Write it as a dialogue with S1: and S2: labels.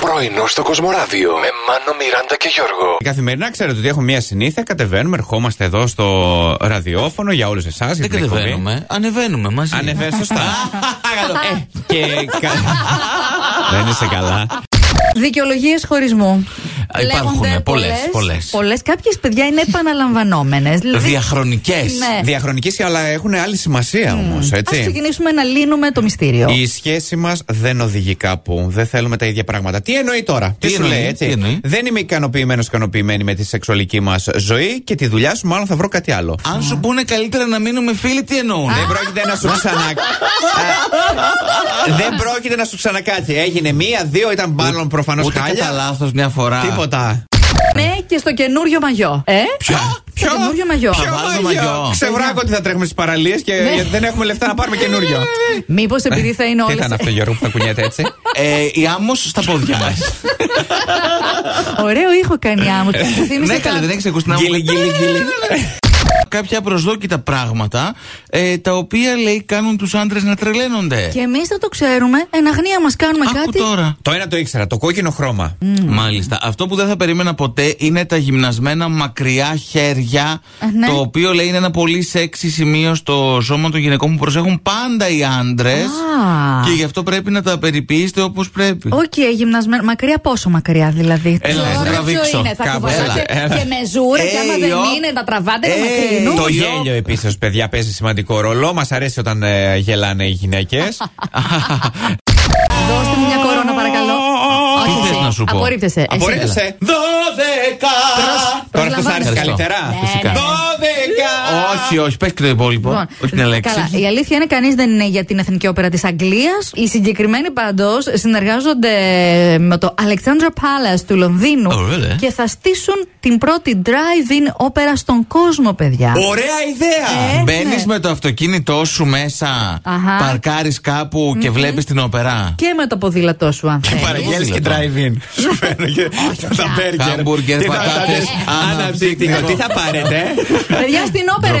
S1: Πρωινό στο Κοσμοράδιο με Μάνο, Μιράντα και Γιώργο.
S2: Καθημερινά ξέρετε ότι έχουμε μια συνήθεια. Κατεβαίνουμε, ερχόμαστε εδώ στο ραδιόφωνο για όλους εσάς.
S3: Δεν κατεβαίνουμε. Ανεβαίνουμε μαζί.
S2: Ανεβαίνουμε, ναι, σωστά. ε, και. κα- Δεν είσαι καλά.
S4: Δικαιολογίες χωρισμού.
S3: Α, υπάρχουν, ναι,
S4: ε,
S3: πολλές, πολλές.
S4: Κάποιες παιδιά είναι επαναλαμβανόμενες.
S3: Διαχρονικές.
S4: Ναι.
S2: Διαχρονικές, αλλά έχουν άλλη σημασία όμως,
S4: Ας
S2: έτσι.
S4: ξεκινήσουμε να λύνουμε το μυστήριο.
S2: Η σχέση μας δεν οδηγεί κάπου. Δεν θέλουμε τα ίδια πράγματα. Τι εννοεί τώρα,
S3: Τι
S2: σου
S3: εννοεί,
S2: λέει, έτσι.
S3: τι εννοεί?
S2: Δεν είμαι ικανοποιημένος ικανοποιημένη με τη σεξουαλική μας ζωή και τη δουλειά σου, μάλλον θα βρω κάτι άλλο.
S3: Αν σου πούνε καλύτερα να μείνουμε φίλοι, τι εννοούν.
S2: Δεν πρόκειται να σου ξανα... Ε, Δεν πρόκειται να σου ξανακάτσει. Έγινε μία, δύο, ήταν μάλλον προφανώς
S3: Ούτε κατά
S2: χάλια.
S3: λάθος μια φορά.
S2: Τίποτα.
S4: Ναι, και στο καινούριο μαγιό. Ε?
S3: Ποια?
S4: Στο καινούριο μαγιό.
S2: Ποιο
S3: Βάζω μαγιό.
S2: Ξεβράκω ότι θα τρέχουμε στις παραλίες και
S4: Ναι.
S2: γιατί δεν έχουμε λεφτά να πάρουμε καινούριο.
S4: Μήπως επειδή θα είναι
S2: Τι
S4: όλες.
S2: ήταν αυτό, Γιώργο, που θα κουνιέται έτσι.
S3: Ε, η άμμος στα πόδια μας.
S4: Ωραίο ήχο κάνει άμμο.
S3: ναι, καλέ, δεν έχεις ακούσει την άμμο.
S2: Γκίλι, γκίλι, γκίλι.
S3: Κάποια προσδόκητα πράγματα ε, τα οποία λέει κάνουν τους άντρες να τρελαίνονται.
S4: Και εμείς θα το ξέρουμε. Εν αγνία μας κάνουμε
S3: Άκου
S4: κάτι.
S3: τώρα.
S2: Το ένα το ήξερα, το κόκκινο χρώμα.
S3: Μάλιστα. Αυτό που δεν θα περίμενα ποτέ είναι τα γυμνασμένα μακριά χέρια.
S4: Ε, ναι.
S3: Το οποίο λέει είναι ένα πολύ σεξι σημείο στο σώμα των γυναικών που προσέχουν πάντα οι άντρες.
S4: Α.
S3: Και γι' αυτό πρέπει να τα περιποιήσετε όπως πρέπει.
S4: Οκ, γυμνασμένο. Μακριά πόσο μακριά δηλαδή.
S3: Έλα,
S4: Τώρα
S3: θα τραβήξω.
S4: Ποιο είναι, θα
S2: Κάπου,
S4: κουβαλάτε
S2: έλα, έλα.
S4: και με ζούρα και άμα
S3: Hey,
S4: δεν
S3: ο.
S4: είναι, τα τραβάτε να
S3: Hey,
S4: μακρινούν.
S2: Το
S3: Γιο.
S2: γέλιο επίσης, παιδιά, παίζει σημαντικό ρόλο. Μας αρέσει όταν ε, γελάνε οι γυναίκες.
S4: Δώστε μου μια κορώνα, παρακαλώ.
S3: Τι
S4: Όχι,
S3: θες
S4: εσύ.
S3: να σου πω?
S4: Απορρίπτεσαι. Εσύ, ε, έλα.
S2: Απορρίπτεσαι.
S3: Δώδεκα!
S2: Τώρα αυτό θα άρεσε
S3: Ευχαριστώ.
S2: καλύτερα.
S3: Φυσικά.
S4: Ναι, ναι.
S2: Δώδεκα!
S3: Όχι, όχι, πες και το υπόλοιπο.
S4: Λοιπόν,
S3: όχι την λέξη.
S4: Καλά, η αλήθεια είναι κανείς δεν είναι για την Εθνική Όπερα της Αγγλίας. Οι συγκεκριμένοι πάντως συνεργάζονται με το Alexandra Palace του Λονδίνου
S3: Oh, really?
S4: και θα στήσουν την πρώτη drive-in όπερα στον κόσμο, παιδιά.
S2: Ωραία ιδέα!
S4: Ε,
S3: Μπαίνει
S4: ναι.
S3: με το αυτοκίνητό σου μέσα,
S4: Αχα.
S3: παρκάρεις κάπου και βλέπεις την όπερα.
S4: Και με το ποδήλατό σου, αν θέλεις.
S2: Παραγγέλνεις και
S3: Ποδήλατο.
S2: drive-in. Σου φαίνω και τα μπέργκερ.
S3: Χάμπουργκερ,
S2: Τι θα
S3: πατάτες,
S2: πάρετε,
S3: αναψυκτικό.
S2: αναψυκτικό. Τι θα πάρετε.
S4: Παιδιά, στην όπερα
S3: Ντροπή.